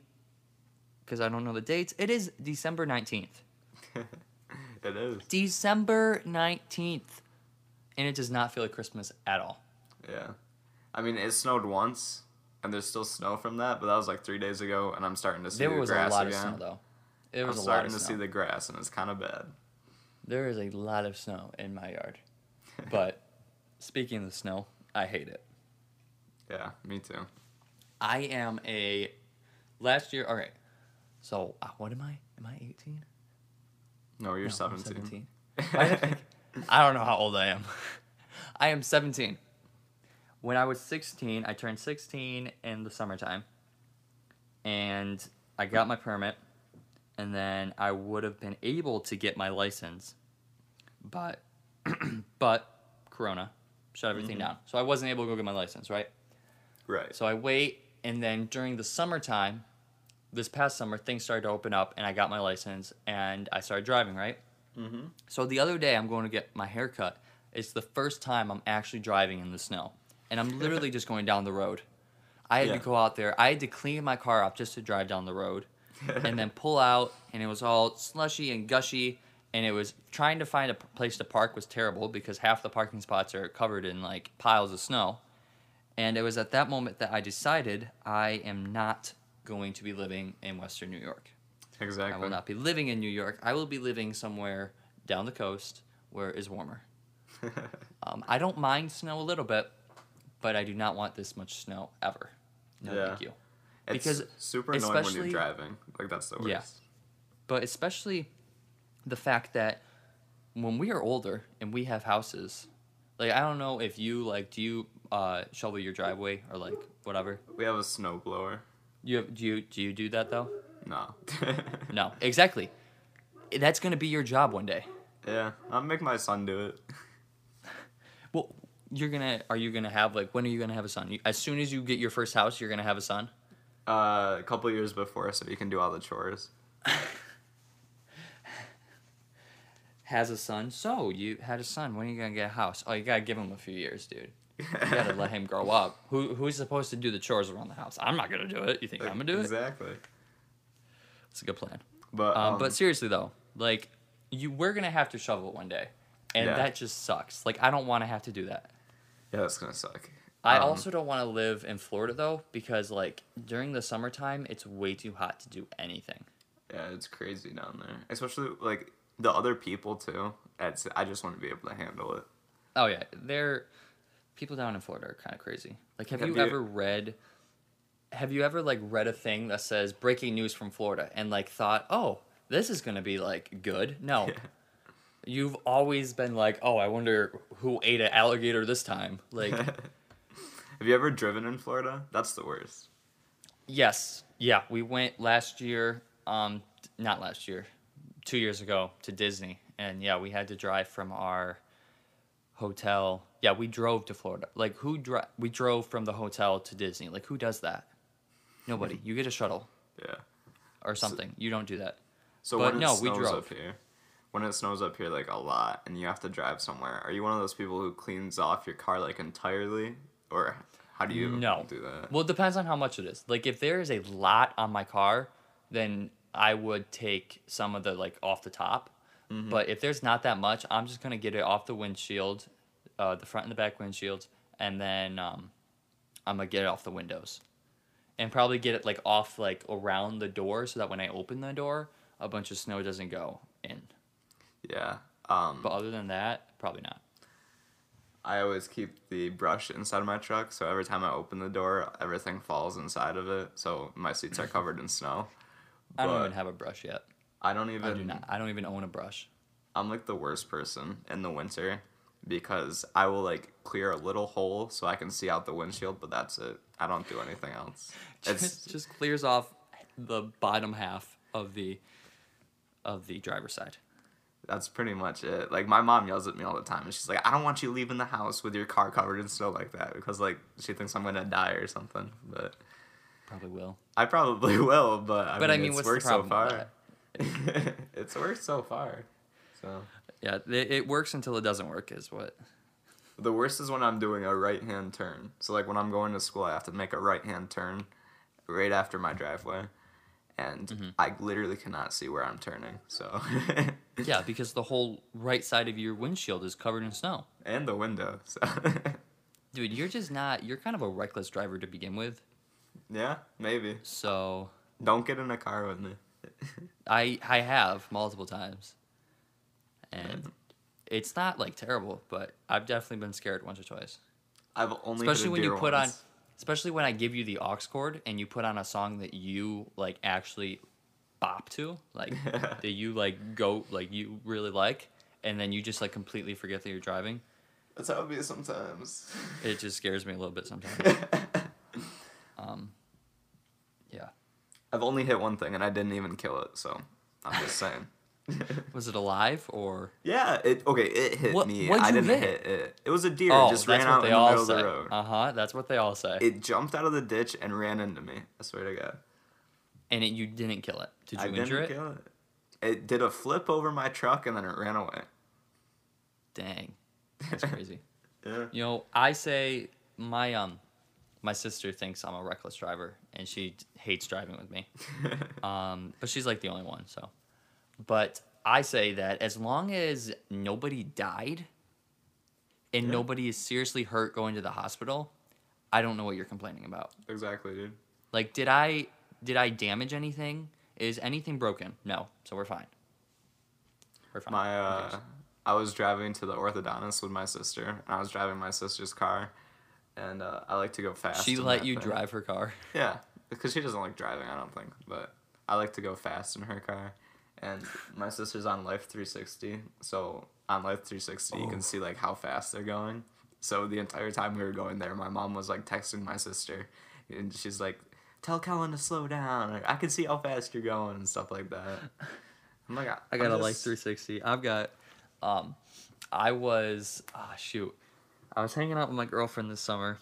Speaker 1: because I don't know the dates, it is December 19th.
Speaker 2: It is.
Speaker 1: December 19th. And it does not feel like Christmas at all.
Speaker 2: Yeah. I mean, it snowed once, and there's still snow from that, but that was like three days ago, and I'm starting to see
Speaker 1: There
Speaker 2: the
Speaker 1: was a
Speaker 2: grass
Speaker 1: lot
Speaker 2: again.
Speaker 1: of snow, though. There was
Speaker 2: I'm
Speaker 1: a lot
Speaker 2: starting
Speaker 1: of
Speaker 2: to see
Speaker 1: snow.
Speaker 2: the grass, and it's kind of bad.
Speaker 1: There is a lot of snow in my
Speaker 2: *laughs*
Speaker 1: yard. But speaking of snow, I hate it.
Speaker 2: Yeah, me too.
Speaker 1: I am a last year. All right. So uh, what am I? Am I 18?
Speaker 2: No, you're
Speaker 1: No, I'm
Speaker 2: 17. *laughs*
Speaker 1: 17. Why did I think- *laughs* I don't know how old I am. *laughs* I am 17. When I was 16, I turned 16 in the summertime. And I got my permit. And then I would have been able to get my license. But, *clears throat* but Corona shut everything down. So I wasn't able to go get my license, right?
Speaker 2: right.
Speaker 1: So I wait, and then during the summertime, this past summer, things started to open up, and I got my license, and I started driving. Right.
Speaker 2: Mhm.
Speaker 1: So the other day, I'm going to get my hair cut. It's the first time I'm actually driving in the snow, and I'm
Speaker 2: *laughs*
Speaker 1: literally just going down the road. I had
Speaker 2: Yeah.
Speaker 1: to go out there. I had to clean my car up just to drive down the road, and then pull out, and it was all slushy and gushy. and it was trying to find a p- place to park was terrible because half the parking spots are covered in like piles of snow. And it was at that moment that I decided I am not going to be living in Western New York. I
Speaker 2: *laughs* Exactly.
Speaker 1: will not be living in New York. I will be living somewhere down the coast where it is warmer. um, I don't mind snow a little bit, but I do not want this much snow ever. No,
Speaker 2: Yeah.
Speaker 1: thank you.
Speaker 2: *laughs* It's
Speaker 1: because
Speaker 2: super annoying when you're
Speaker 1: especially-
Speaker 2: driving. Like that's the worst.
Speaker 1: Yeah. but especially the fact that when we are older and we have houses like i don't know if you like do you uh, shovel your driveway or like whatever
Speaker 2: We have a snowblower.
Speaker 1: you have, do you do you do that though
Speaker 2: No. *laughs*
Speaker 1: no exactly that's gonna be your job one day
Speaker 2: yeah, I'll make my son do it.
Speaker 1: well you're gonna are you gonna have like when are you gonna have a son You- as soon as you get your first house you're gonna have a son
Speaker 2: Uh, a couple years before, so he can do all the chores.
Speaker 1: has a son so you had a son when are you gonna get a house oh you gotta give him a few years dude you gotta let him grow
Speaker 2: *laughs*
Speaker 1: up who who's supposed to do the chores around the house i'm not gonna do it you think i'm gonna do it
Speaker 2: Exactly.
Speaker 1: It's a good plan.
Speaker 2: But
Speaker 1: Um,
Speaker 2: um,
Speaker 1: but seriously though, like you, we're gonna have to shovel one day, and
Speaker 2: Yeah.
Speaker 1: that just sucks. Like I don't want to have to do that.
Speaker 2: yeah, that's gonna suck.
Speaker 1: I
Speaker 2: Um,
Speaker 1: also don't want to live in Florida though, because like during the summertime, it's way too hot to do anything.
Speaker 2: Yeah, it's crazy down there, especially like the other people too. It's I just want to be able to handle it.
Speaker 1: Oh yeah, they're people down in Florida are kind of crazy. Like, have,
Speaker 2: Have
Speaker 1: you,
Speaker 2: you-
Speaker 1: ever read? Have you ever like read a thing that says breaking news from Florida and like thought, oh, this is gonna be like good? No, you've always been like, oh, I wonder who ate an alligator this time. Like,
Speaker 2: Have you ever driven in Florida? That's the worst.
Speaker 1: yes, yeah, we went last year. Um, t- not last year, two years ago to Disney, and yeah, we had to drive from our hotel. Yeah, we drove to Florida. Like, who dri- We drove from the hotel to Disney. Like, who does that? Nobody. you get a shuttle
Speaker 2: Yeah.
Speaker 1: or something. you don't do that.
Speaker 2: So
Speaker 1: But
Speaker 2: when it
Speaker 1: no, we
Speaker 2: snows
Speaker 1: drove.
Speaker 2: up here, when it snows up here like a lot, and you have to drive somewhere, are you one of those people who cleans off your car like entirely, or how do you
Speaker 1: No.
Speaker 2: do that?
Speaker 1: Well, it depends on how much it is. Like, if there is a lot on my car, then I would take some of the like off the top. But if there's not that much, I'm just gonna get it off the windshield, uh, the front and the back windshields, and then um, I'm gonna get it off the windows, and probably get it like off like around the door so that when I open the door, a bunch of snow doesn't go in.
Speaker 2: Yeah. Um,
Speaker 1: But other than that, probably not.
Speaker 2: I always keep the brush inside of my truck, so every time I open the door, everything falls inside of it, so my seats are covered in snow.
Speaker 1: I don't
Speaker 2: But
Speaker 1: even have a brush yet.
Speaker 2: I don't even.
Speaker 1: I do not. I don't even own a brush.
Speaker 2: I'm like the worst person in the winter because I will like clear a little hole so I can see out the windshield, but that's it. I don't do
Speaker 1: *laughs*
Speaker 2: anything else. It's
Speaker 1: just, just clears off the bottom half of the of the driver's side.
Speaker 2: that's pretty much it. Like my mom yells at me all the time, and she's like, "I don't want you leaving the house with your car covered in snow like that because like she thinks I'm gonna die or something." But
Speaker 1: Probably will.
Speaker 2: I probably *laughs* will. But I
Speaker 1: But
Speaker 2: mean,
Speaker 1: I mean, what's
Speaker 2: it's
Speaker 1: the
Speaker 2: worked
Speaker 1: problem
Speaker 2: so far. *laughs* it's worked so far. So
Speaker 1: Yeah, it, it works until it doesn't work is what.
Speaker 2: The worst is when I'm doing a right hand turn. So like when I'm going to school, I have to make a right hand turn right after my driveway, and
Speaker 1: Mm-hmm.
Speaker 2: I literally cannot see where I'm turning. So *laughs*
Speaker 1: Yeah, because the whole right side of your windshield is covered in snow.
Speaker 2: and the window. So *laughs*
Speaker 1: Dude, you're just not. You're kind of a reckless driver to begin with.
Speaker 2: yeah, maybe
Speaker 1: So
Speaker 2: don't get in a car with me.
Speaker 1: I I have multiple times, and it's not like terrible, but I've definitely been scared once or twice.
Speaker 2: I've only hit a
Speaker 1: especially when you
Speaker 2: deer
Speaker 1: put on
Speaker 2: once.
Speaker 1: especially when i give you the aux chord and you put on a song that you like actually bop to
Speaker 2: *laughs*
Speaker 1: like that you like go like you really like and then you just like completely forget that you're driving
Speaker 2: That's how it be sometimes. *laughs*
Speaker 1: it just scares me a little bit sometimes um yeah
Speaker 2: I've only hit one thing and I didn't even kill it. So
Speaker 1: *laughs*
Speaker 2: I'm just saying.
Speaker 1: was it alive or
Speaker 2: Yeah, it okay. It hit
Speaker 1: What-
Speaker 2: me.
Speaker 1: what'd
Speaker 2: I
Speaker 1: you
Speaker 2: didn't
Speaker 1: hit?
Speaker 2: hit it. It was a deer.
Speaker 1: oh
Speaker 2: it just
Speaker 1: that's
Speaker 2: ran
Speaker 1: what
Speaker 2: out
Speaker 1: they
Speaker 2: in the middle
Speaker 1: all
Speaker 2: of
Speaker 1: say
Speaker 2: the road.
Speaker 1: uh-huh that's what they all say
Speaker 2: It jumped out of the ditch and ran into me. I swear to God.
Speaker 1: and it, you didn't kill it did you
Speaker 2: I
Speaker 1: injure
Speaker 2: didn't
Speaker 1: it
Speaker 2: kill it. It did a flip over my truck and then it ran away. *laughs*
Speaker 1: dang that's crazy
Speaker 2: Yeah.
Speaker 1: You know, I say my um my sister thinks I'm a reckless driver and
Speaker 2: *laughs*
Speaker 1: she hates driving with me. Um but she's like the only one, so. But I say that as long as nobody died and
Speaker 2: Yeah.
Speaker 1: nobody is seriously hurt going to the hospital, I don't know what you're complaining about.
Speaker 2: Exactly, dude.
Speaker 1: Like, did I did I damage anything? Is anything broken? No, so we're fine. We're fine.
Speaker 2: My
Speaker 1: Who
Speaker 2: uh,
Speaker 1: cares?
Speaker 2: I was driving to the orthodontist with my sister, and I was driving my sister's car, and uh, I like to go fast.
Speaker 1: she
Speaker 2: in
Speaker 1: let
Speaker 2: that
Speaker 1: you
Speaker 2: thing.
Speaker 1: drive her car.
Speaker 2: Yeah, because she doesn't like driving, I don't think. But I like to go fast in her car, and my sister's on Life 360. So on Life 360, you can
Speaker 1: Oh.
Speaker 2: see like how fast they're going. So the entire time we were going there, my mom was like texting my sister, and she's like, "Tell Kellen to slow down. Like, I can see how fast you're going and stuff like that." I'm like, I,
Speaker 1: I
Speaker 2: I'm
Speaker 1: got a like
Speaker 2: just-
Speaker 1: 360. I've got, um, I was ah shoot, I was hanging out with my girlfriend this summer,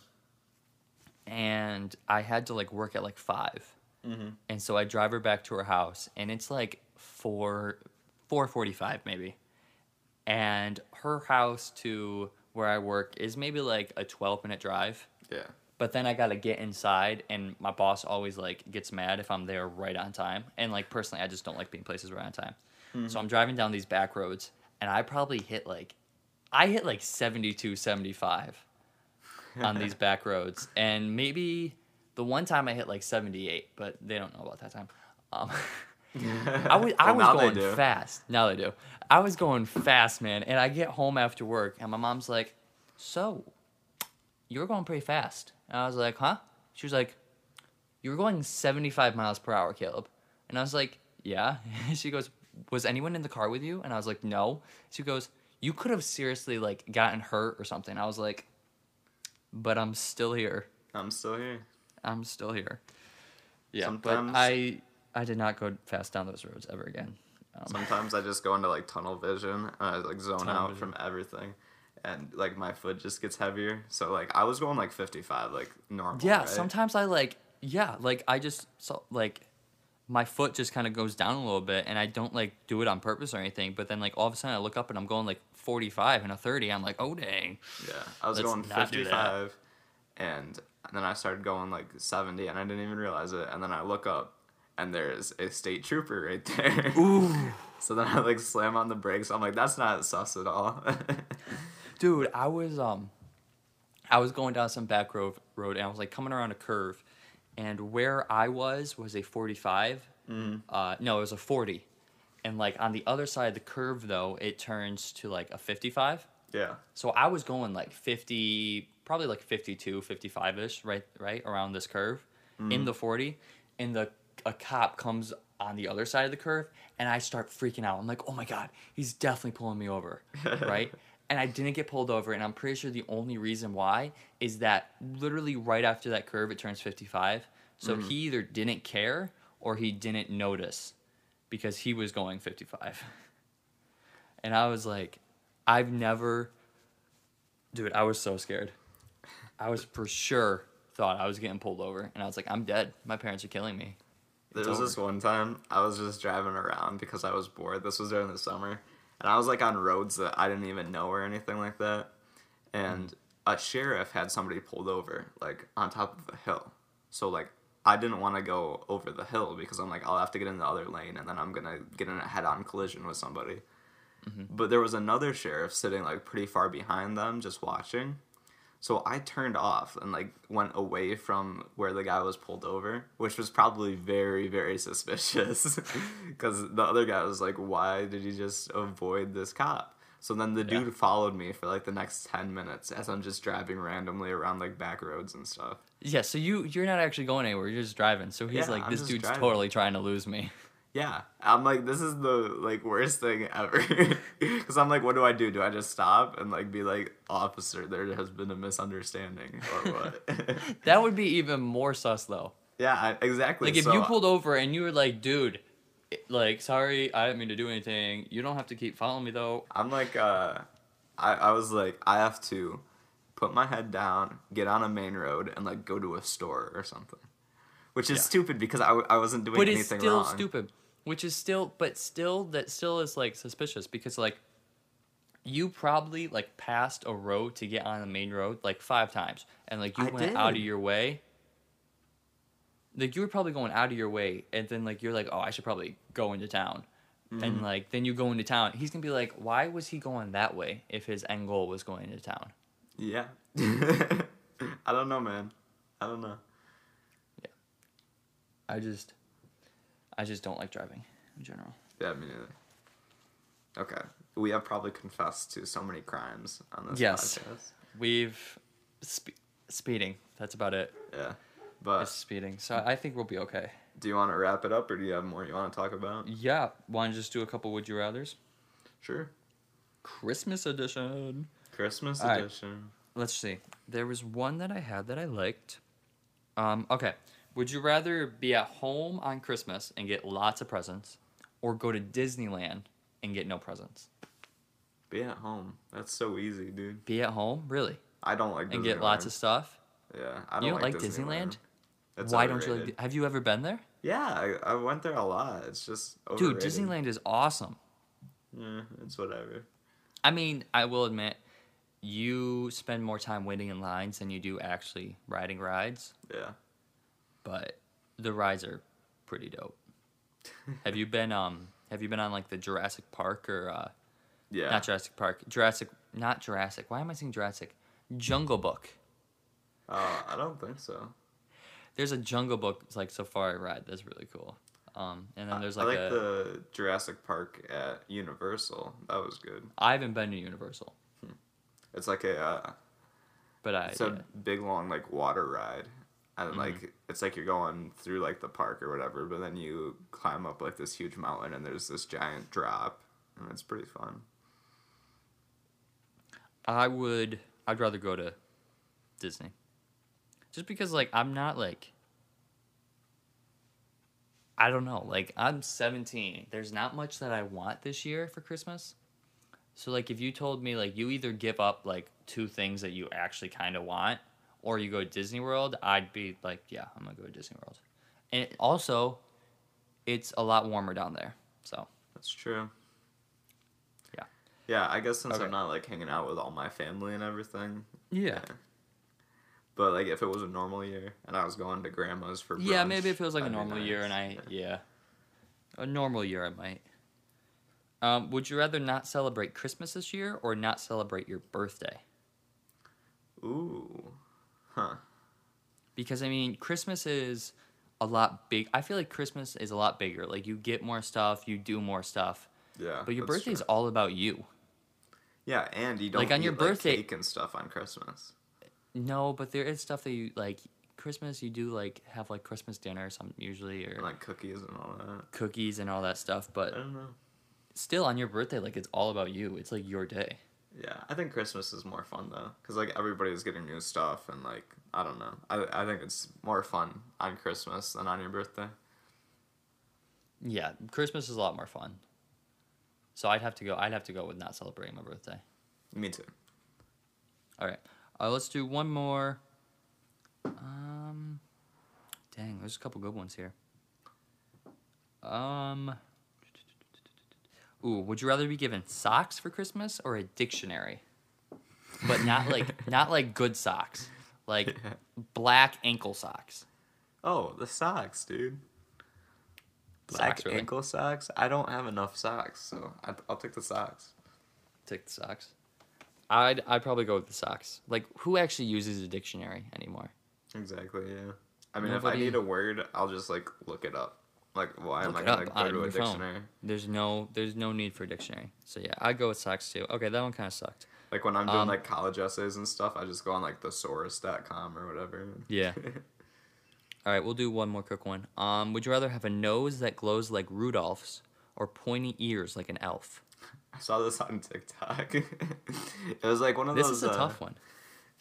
Speaker 1: and I had to like work at like 5
Speaker 2: Mm-hmm.
Speaker 1: and so I drive her back to her house, and it's like four, four forty-five maybe, and her house to where I work is maybe like a twelve-minute drive.
Speaker 2: Yeah.
Speaker 1: But then I gotta get inside, and my boss always like gets mad if I'm there right on time. And like personally, I just don't like being places right on time. So I'm driving down these back roads, and I probably hit like, I hit like 72, 75 on
Speaker 2: *laughs*
Speaker 1: these back roads, and maybe the one time I hit like 78, but they don't know about that time.
Speaker 2: *laughs*
Speaker 1: Um, I was, I
Speaker 2: Well,
Speaker 1: was
Speaker 2: now they
Speaker 1: going
Speaker 2: do.
Speaker 1: fast. Now they do. I was going fast, man. And I get home after work, and my mom's like, "So, you were going pretty fast." And I was like, "Huh?" She was like, "You were going 75 miles per hour, Caleb." And I was like, "Yeah." *laughs* she goes, "Was anyone in the car with you?" And I was like, "No." She goes, "You could have seriously like gotten hurt or something." I was like, "But I'm still here.
Speaker 2: I'm still here.
Speaker 1: I'm still here." Yeah,
Speaker 2: Sometimes-
Speaker 1: but I I did not go fast down those roads ever again. Um,
Speaker 2: Sometimes I just go into like tunnel vision and I like zone
Speaker 1: Tunnel
Speaker 2: out
Speaker 1: vision.
Speaker 2: from everything, and like my foot just gets heavier. So like I was going like fifty five, like normal.
Speaker 1: Yeah,
Speaker 2: right?
Speaker 1: sometimes I like yeah, like I just so like my foot just kind of goes down a little bit and I don't like do it on purpose or anything, but then like all of a sudden I look up and I'm going like 45 and a 30. I'm like, "Oh dang."
Speaker 2: Yeah, I was
Speaker 1: Let's
Speaker 2: going
Speaker 1: not do
Speaker 2: fifty
Speaker 1: that.
Speaker 2: five, and then I started going like seventy, and I didn't even realize it. And then I look up, and there's a state trooper right there. Ooh. *laughs* so then I like slam on the brakes. I'm like, that's not sus at all. *laughs*
Speaker 1: Dude, I was um I was going down some back road road and I was like coming around a curve and where I was was a 45. Uh no, it was a 40. And like on the other side of the curve though, it turns to like a 55.
Speaker 2: yeah.
Speaker 1: So I was going like 50, probably like 52, 55 ish, right, right around this curve in the 40. And the a cop comes on the other side of the curve and I start freaking out. I'm like, oh my God, he's definitely pulling me over, right? And I didn't get pulled over. And I'm pretty sure the only reason why is that literally right after that curve, it turns 55. So he either didn't care or he didn't notice because he was going 55. *laughs* And I was like, I've never, dude, I was so scared. I was for sure thought I was getting pulled over, and I was like, I'm dead. My parents are killing me.
Speaker 2: There
Speaker 1: It's
Speaker 2: was
Speaker 1: over.
Speaker 2: this one time I was just driving around because I was bored. This was during the summer. And I was like on roads that I didn't even know or anything like that. And a sheriff had somebody pulled over, like on top of a hill. So, like, I didn't want to go over the hill because I'm like, I'll have to get in the other lane and then I'm going to get in a head on collision with somebody. But there was another sheriff sitting like pretty far behind them just watching. So I turned off and like went away from where the guy was pulled over, which was probably very very *laughs* suspicious cuz the other guy was like why did you just avoid this cop? So then the dude followed me for like the next 10 minutes as I'm just driving randomly around like back roads and stuff.
Speaker 1: Yeah, so you you're not actually going anywhere. You're just driving. So he's
Speaker 2: Yeah,
Speaker 1: like,
Speaker 2: I'm
Speaker 1: this
Speaker 2: just
Speaker 1: dude's
Speaker 2: driving.
Speaker 1: totally trying to lose me.
Speaker 2: Yeah, I'm like this is the like worst thing ever *laughs* cuz I'm like what do I do? Do I just stop and like be like officer there has been a misunderstanding or
Speaker 1: *laughs*
Speaker 2: what? *laughs*
Speaker 1: That would be even more sus though.
Speaker 2: yeah, I, exactly.
Speaker 1: Like if
Speaker 2: So uh,
Speaker 1: you pulled over and you were like, dude, it- like sorry, I didn't mean to do anything. You don't have to keep following me though.
Speaker 2: I'm like, uh, I, I was like, I have to put my head down, get on a main road, and like go to a store or something. Which is
Speaker 1: Yeah.
Speaker 2: stupid because I, w- I wasn't doing
Speaker 1: but it's
Speaker 2: anything
Speaker 1: still
Speaker 2: wrong.
Speaker 1: stupid which is still but still that still is like suspicious because like you probably like passed a road to get on the main road like five times and like you
Speaker 2: I
Speaker 1: went out of
Speaker 2: did.
Speaker 1: your way like you were probably going out of your way and then like you're like oh i should probably go into town
Speaker 2: Mm-hmm.
Speaker 1: and like then you go into town. He's gonna be like, why was he going that way if his end goal was going into town?
Speaker 2: Yeah. *laughs* I don't know, man. I don't know.
Speaker 1: I just, I just don't like driving in general.
Speaker 2: Yeah, me neither. Okay. We have probably confessed to so many crimes on this
Speaker 1: Yes.
Speaker 2: podcast.
Speaker 1: We've spe- speeding. That's about it.
Speaker 2: Yeah. But
Speaker 1: It's speeding. So I think we'll be okay.
Speaker 2: do you want to wrap it up or do you have more you want to talk about?
Speaker 1: Yeah. Want to just do a couple would you rather's?
Speaker 2: Sure.
Speaker 1: Christmas edition.
Speaker 2: Christmas
Speaker 1: All right.
Speaker 2: edition.
Speaker 1: Let's see. There was one that I had that I liked. Um, okay. Would you rather be at home on Christmas and get lots of presents or go to Disneyland and get no presents?
Speaker 2: Be at home. That's so easy, dude.
Speaker 1: Be at home? Really?
Speaker 2: I don't like Disneyland.
Speaker 1: And get lots of stuff?
Speaker 2: Yeah, I don't,
Speaker 1: You don't
Speaker 2: like,
Speaker 1: like Disneyland?
Speaker 2: It's
Speaker 1: Why don't you like
Speaker 2: overrated.
Speaker 1: Have you ever been there?
Speaker 2: Yeah, I, I went there a lot. It's just
Speaker 1: Dude,
Speaker 2: overrated.
Speaker 1: Disneyland is awesome.
Speaker 2: Yeah, it's whatever.
Speaker 1: I mean, I will admit, you spend more time waiting in lines than you do actually riding rides,
Speaker 2: Yeah.
Speaker 1: but the rides are pretty
Speaker 2: *laughs*
Speaker 1: dope. have you been um have you been on like the Jurassic Park or uh
Speaker 2: Yeah.
Speaker 1: not Jurassic Park. Jurassic not Jurassic. Why am I saying Jurassic? Jungle Book.
Speaker 2: Uh, I don't think so.
Speaker 1: There's a Jungle Book it's like safari ride that's really cool. Um and then there's
Speaker 2: I
Speaker 1: like,
Speaker 2: like
Speaker 1: a
Speaker 2: the Jurassic Park at Universal. That was good.
Speaker 1: I haven't been to Universal,
Speaker 2: It's like a uh,
Speaker 1: but I
Speaker 2: it's
Speaker 1: yeah.
Speaker 2: a big long like water ride, and
Speaker 1: Mm-hmm.
Speaker 2: like it's like you're going through like the park or whatever, but then you climb up like this huge mountain and there's this giant drop, and it's pretty fun.
Speaker 1: I would I'd rather go to Disney. Just because like I'm not like I don't know, like I'm 17. There's not much that I want this year for Christmas. So like if you told me like you either give up like two things that you actually kind of want or you go to Disney World, I'd be like, yeah, I'm going to go to Disney World. And it, also it's a lot warmer down there. So,
Speaker 2: That's true.
Speaker 1: Yeah.
Speaker 2: Yeah, I guess since
Speaker 1: Okay.
Speaker 2: I'm not like hanging out with all my family and everything.
Speaker 1: yeah.
Speaker 2: But like if it was a normal year and I was going to grandma's for brunch,
Speaker 1: Yeah, maybe it feels like a
Speaker 2: that'd be
Speaker 1: normal year,
Speaker 2: nice.
Speaker 1: and I yeah, a normal year I might. Um, would you rather not celebrate Christmas this year or not celebrate your birthday?
Speaker 2: Ooh. Huh.
Speaker 1: Because I mean, Christmas is a lot big. I feel like Christmas is a lot bigger. Like you get more stuff, you do more stuff,
Speaker 2: Yeah.
Speaker 1: but your
Speaker 2: that's
Speaker 1: birthday is
Speaker 2: true.
Speaker 1: all about you.
Speaker 2: Yeah, and you don't
Speaker 1: like, on your
Speaker 2: eat,
Speaker 1: birthday-
Speaker 2: cake and stuff on Christmas.
Speaker 1: No, but there is stuff that you like. Christmas, you do like have like Christmas dinner, some usually or
Speaker 2: And like cookies and all that.
Speaker 1: cookies and all that stuff.
Speaker 2: I
Speaker 1: But
Speaker 2: don't know.
Speaker 1: still, on your birthday, like it's all about you. It's like your day.
Speaker 2: Yeah, I think Christmas is more fun though, cause like everybody's getting new stuff and like I don't know. I I think it's more fun on Christmas than on your birthday.
Speaker 1: Yeah, Christmas is a lot more fun. So I'd have to go. I'd have to go with not celebrating my birthday.
Speaker 2: Me too.
Speaker 1: All right, uh, let's do one more. Um, dang, there's a couple good ones here. Um, ooh, would you rather be given socks for Christmas or a dictionary? But not like not like good socks, like black ankle socks.
Speaker 2: Oh, the socks, dude. Black
Speaker 1: Socks, really?
Speaker 2: ankle socks. I don't have enough socks, so I, I'll take the socks.
Speaker 1: Take the socks. I'd I'd probably go with the socks. Like, who actually uses a dictionary anymore?
Speaker 2: Exactly. Yeah. I mean,
Speaker 1: Nobody-
Speaker 2: if I need a word, I'll just like look it up. Like, why am
Speaker 1: Look
Speaker 2: I
Speaker 1: it
Speaker 2: gonna
Speaker 1: up
Speaker 2: go
Speaker 1: on
Speaker 2: to a
Speaker 1: your phone.
Speaker 2: dictionary?
Speaker 1: There's no there's no need for a dictionary. So yeah, I'd go with socks too. Okay, that one kind of sucked.
Speaker 2: Like when I'm doing
Speaker 1: Um,
Speaker 2: like college essays and stuff, I just go on like thesaurus.com or whatever. *laughs*
Speaker 1: Yeah. All right, we'll do one more quick one. Um, would you rather have a nose that glows like Rudolph's or pointy ears like an elf?
Speaker 2: I saw this on TikTok. *laughs* it was like one of
Speaker 1: This
Speaker 2: those.
Speaker 1: is a
Speaker 2: uh,
Speaker 1: tough one.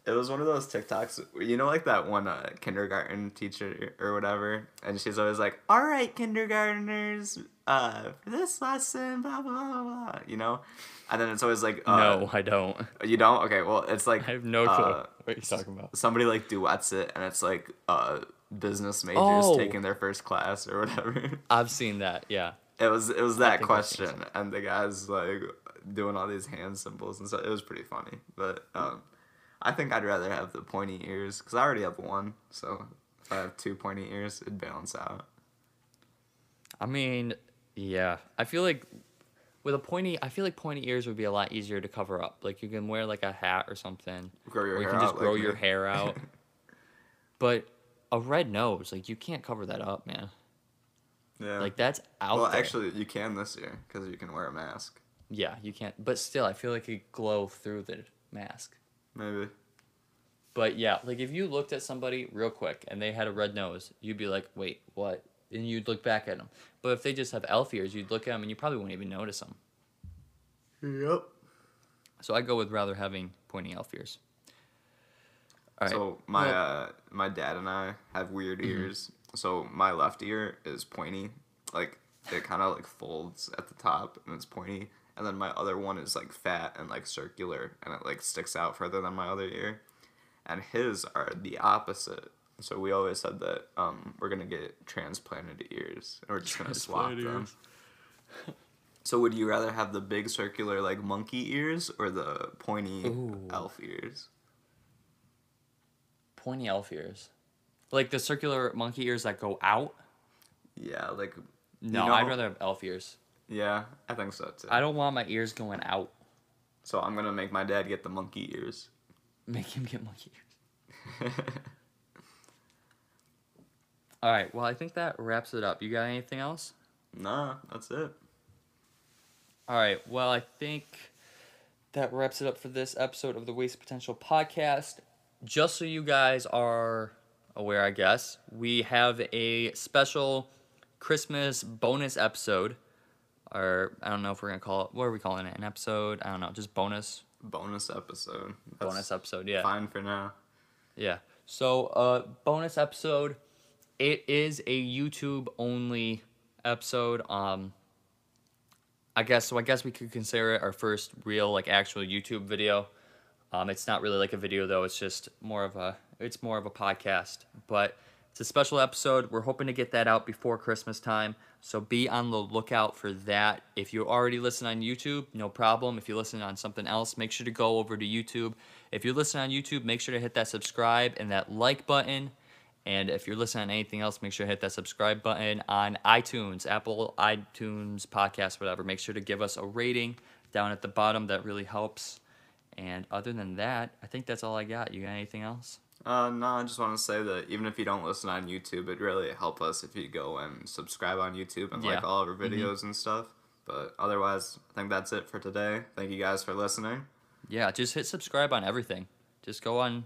Speaker 2: It was one of those TikToks, you know, like that one uh, kindergarten teacher or whatever, and she's always like, "All right, kindergarteners, uh, for this lesson, blah blah blah, blah," you know, and then it's always like, uh,
Speaker 1: no, I don't.
Speaker 2: you don't." Okay, well, it's like
Speaker 1: I have no clue
Speaker 2: uh,
Speaker 1: what you're talking about.
Speaker 2: somebody like duets it, and it's like uh, business majors
Speaker 1: Oh.
Speaker 2: taking their first class or whatever. *laughs*
Speaker 1: I've seen that. Yeah.
Speaker 2: it was it was that
Speaker 1: think I've seen
Speaker 2: question, and the guys like doing all these hand symbols and stuff. It was pretty funny, but um, I think I'd rather have the pointy ears because I already have one. So if I have two pointy ears, it'd balance out.
Speaker 1: I mean, Yeah, I feel like with a pointy, I feel like pointy ears would be a lot easier to cover up. Like you can wear like a hat or something,
Speaker 2: Grow your
Speaker 1: or you
Speaker 2: hair
Speaker 1: can just
Speaker 2: out
Speaker 1: grow
Speaker 2: like
Speaker 1: your
Speaker 2: me. *laughs*
Speaker 1: hair out. but a red nose, like you can't cover that up, man.
Speaker 2: Yeah.
Speaker 1: Like that's out.
Speaker 2: well,
Speaker 1: there.
Speaker 2: actually, you can this year because you can wear a mask.
Speaker 1: yeah, you can't. But still, I feel like it could glow through the mask.
Speaker 2: Maybe.
Speaker 1: But yeah, like if you looked at somebody real quick and they had a red nose, you'd be like, wait, what? And you'd look back at them. But if they just have elf ears, you'd look at them and you probably wouldn't even notice them.
Speaker 2: Yep.
Speaker 1: So I go with rather having pointy elf ears. All right.
Speaker 2: So my
Speaker 1: Well- Mm-hmm.
Speaker 2: uh, my dad and I have weird ears. So my left ear is pointy, like it kind of like folds at the top and it's pointy, and then my other one is like fat and like circular and it like sticks out further than my other ear, and his are the opposite. So we always said that um, we're gonna get transplanted ears, and we're just gonna swap
Speaker 1: Transplanted
Speaker 2: them.
Speaker 1: ears.
Speaker 2: *laughs* So would you rather have the big circular like monkey ears or the pointy
Speaker 1: Ooh.
Speaker 2: elf ears?
Speaker 1: pointy elf ears. Like the circular monkey ears that go out?
Speaker 2: Yeah, like you
Speaker 1: No,
Speaker 2: know-
Speaker 1: I'd rather have elf ears.
Speaker 2: Yeah, I think so too.
Speaker 1: I don't want my ears going out.
Speaker 2: So I'm gonna make my dad get the monkey ears.
Speaker 1: Make him get monkey ears. All right, well, I think that wraps it up. You got anything else?
Speaker 2: nah, that's it.
Speaker 1: All right. Well, I think that wraps it up for this episode of the Waste Potential podcast. Just so you guys are aware, I guess, we have a special Christmas bonus episode. Or I don't know if we're going to call it, what are we calling it? An episode? I don't know. Just bonus.
Speaker 2: Bonus episode. That's
Speaker 1: Bonus episode. Yeah.
Speaker 2: Fine for now.
Speaker 1: Yeah. So, uh, bonus episode. It is a YouTube only episode. Um, I guess so. I guess we could consider it our first real, like, actual YouTube video. Um, it's not really like a video though. It's just more of a. It's more of a podcast, but it's a special episode. We're hoping to get that out before Christmas time. So be on the lookout for that. If you already listen on YouTube, no problem. If you listen on something else, make sure to go over to YouTube. If you're listening on YouTube, make sure to hit that subscribe and that like button. And if you're listening on anything else, make sure to hit that subscribe button on iTunes, Apple iTunes podcast, whatever. Make sure to give us a rating down at the bottom. That really helps. And other than that, I think that's all I got. You got anything else?
Speaker 2: Uh, no, I just want to say that even if you don't listen on YouTube, it really help us if you go and subscribe on YouTube and like
Speaker 1: Yeah. Mm-hmm.
Speaker 2: all of our videos and stuff. But otherwise, I think that's it for today. Thank you guys for listening.
Speaker 1: Yeah, just hit subscribe on everything. Just go on,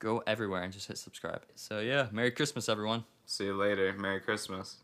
Speaker 1: go everywhere and just hit subscribe. So yeah, Merry Christmas, everyone.
Speaker 2: See you later. Merry Christmas.